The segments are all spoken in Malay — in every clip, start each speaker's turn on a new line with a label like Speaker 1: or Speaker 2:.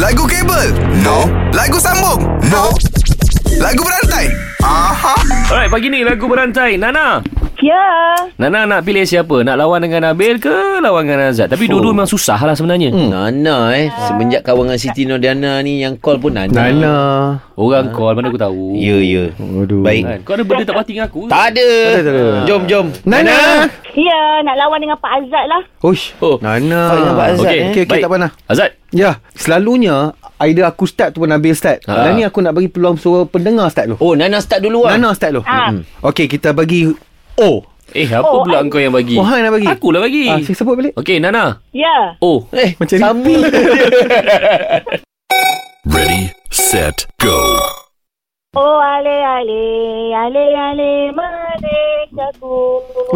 Speaker 1: Lagu kabel? No. Lagu sambung? No. Lagu berantai? Aha.
Speaker 2: Alright, pagi ni lagu berantai. Nana.
Speaker 3: Ya.
Speaker 2: Nana nak pilih siapa? Nak lawan dengan Nabil ke lawan dengan Azad? Tapi dua-dua memang susah lah sebenarnya. Hmm.
Speaker 4: Nana eh Semenjak kawan dengan Siti Nodiana ni Yang call pun Nana
Speaker 5: Nana
Speaker 2: Orang call, mana aku tahu.
Speaker 4: Ya ya
Speaker 5: Aduh
Speaker 4: Baik
Speaker 2: Kan? Kau ada benda tak pasti dengan aku? ke?
Speaker 4: Tak ada
Speaker 5: tak ada.
Speaker 4: Jom jom
Speaker 5: Nana
Speaker 3: Ya, nak lawan dengan Pak Azad lah.
Speaker 5: Uish
Speaker 2: Oh.
Speaker 5: Nana
Speaker 4: Kau ingat Pak Azad,
Speaker 5: Okey,
Speaker 4: eh?
Speaker 5: Okey okay,
Speaker 2: Baik.
Speaker 5: tak pernah
Speaker 2: Azad.
Speaker 5: Ya Selalunya Either aku start tu pun Nabil start
Speaker 2: Ha.
Speaker 5: Dan ni aku nak bagi peluang suara pendengar start dulu
Speaker 4: Oh Nana start dulu lah
Speaker 5: Nana start dulu
Speaker 3: Ah.
Speaker 5: Mm-mm. Okey kita bagi O
Speaker 2: Eh, apa
Speaker 3: Oh,
Speaker 2: pula
Speaker 3: I-
Speaker 2: kau yang bagi?
Speaker 5: Oh, hang nak bagi?
Speaker 2: Akulah bagi.
Speaker 5: ah, Saya sebut balik
Speaker 2: Okey, Nana.
Speaker 3: Ya.
Speaker 2: Oh.
Speaker 4: Eh
Speaker 5: Macam ni.
Speaker 4: sama
Speaker 1: Ready, set, go.
Speaker 3: Oh ale ale, ale ale Malaysiaku.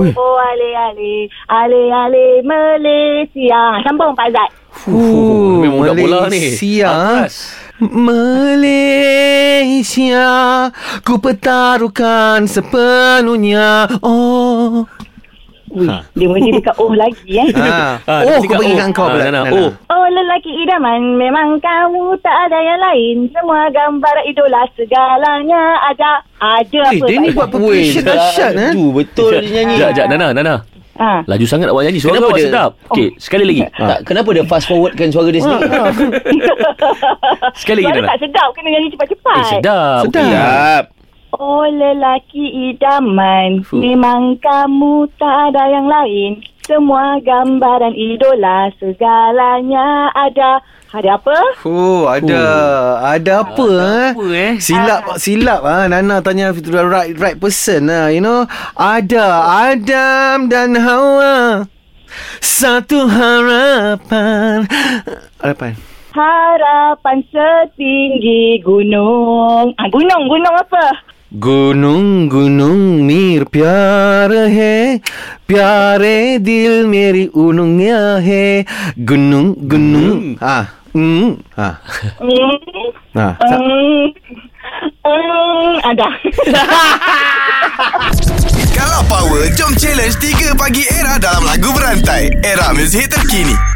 Speaker 5: Ui.
Speaker 3: Oh ale ale, ale ale Malaysia. Sambung Pak Azad.
Speaker 5: Fuh,
Speaker 2: Memang budak bola ni.
Speaker 5: Oh, Malaysia ah.
Speaker 2: Atas.
Speaker 5: Malaysia Ku pertaruhkan sepenuhnya Oh
Speaker 3: Ui, dia mesti dekat oh lagi eh.
Speaker 5: ha.
Speaker 2: Ah, dia
Speaker 5: Oh aku
Speaker 2: cakap,
Speaker 5: bagi kat
Speaker 2: oh.
Speaker 5: kau
Speaker 2: Ah,
Speaker 5: pula
Speaker 2: Nana,
Speaker 5: Nana.
Speaker 2: oh.
Speaker 3: Oh lelaki idaman Memang kamu tak ada yang lain Semua gambar idola Segalanya ada Ada
Speaker 5: Eh,
Speaker 3: apa
Speaker 5: dia ni
Speaker 3: Pak
Speaker 5: buat
Speaker 3: Azad?
Speaker 5: percussion dahsyat eh.
Speaker 4: Tu betul dia nyanyi
Speaker 2: Sekejap, sekejap. Nana, Nana.
Speaker 3: ha.
Speaker 2: Laju sangat awak nyanyi. Suara
Speaker 4: Kenapa
Speaker 2: awak
Speaker 4: dia-
Speaker 2: sedap. Okey, sekali lagi.
Speaker 4: tak, kenapa dia fast forwardkan suara dia sendiri?
Speaker 5: Ah,
Speaker 2: Sekali lagi,
Speaker 3: Suara
Speaker 2: Nana.
Speaker 3: tak sedap Kena nyanyi cepat-cepat
Speaker 2: Eh, sedap.
Speaker 5: Sedap.
Speaker 2: Okey.
Speaker 4: Sedap.
Speaker 3: Oh lelaki idaman
Speaker 2: Fuh.
Speaker 3: Memang kamu tak ada yang lain Semua gambaran idola Segalanya ada Ada apa?
Speaker 5: Oh, ada ada apa eh?
Speaker 2: apa, eh?
Speaker 5: Silap silap ah Nana tanya to the right right person ah, you know. Ada Adam dan Hawa. Satu harapan. Harapan.
Speaker 3: Harapan setinggi gunung ah, Gunung, gunung apa?
Speaker 5: गुनूं गुनूं मीर प्यार है प्यारे दिल मेरी उनुंगिया है गुनूं गुनूं हाँ हम्म, हाँ
Speaker 3: Hmm.
Speaker 5: हाँ सा-
Speaker 3: Hmm. Hmm. Ada.
Speaker 1: Kalau power, jom challenge 3 pagi era dalam lagu berantai. Era muzik terkini.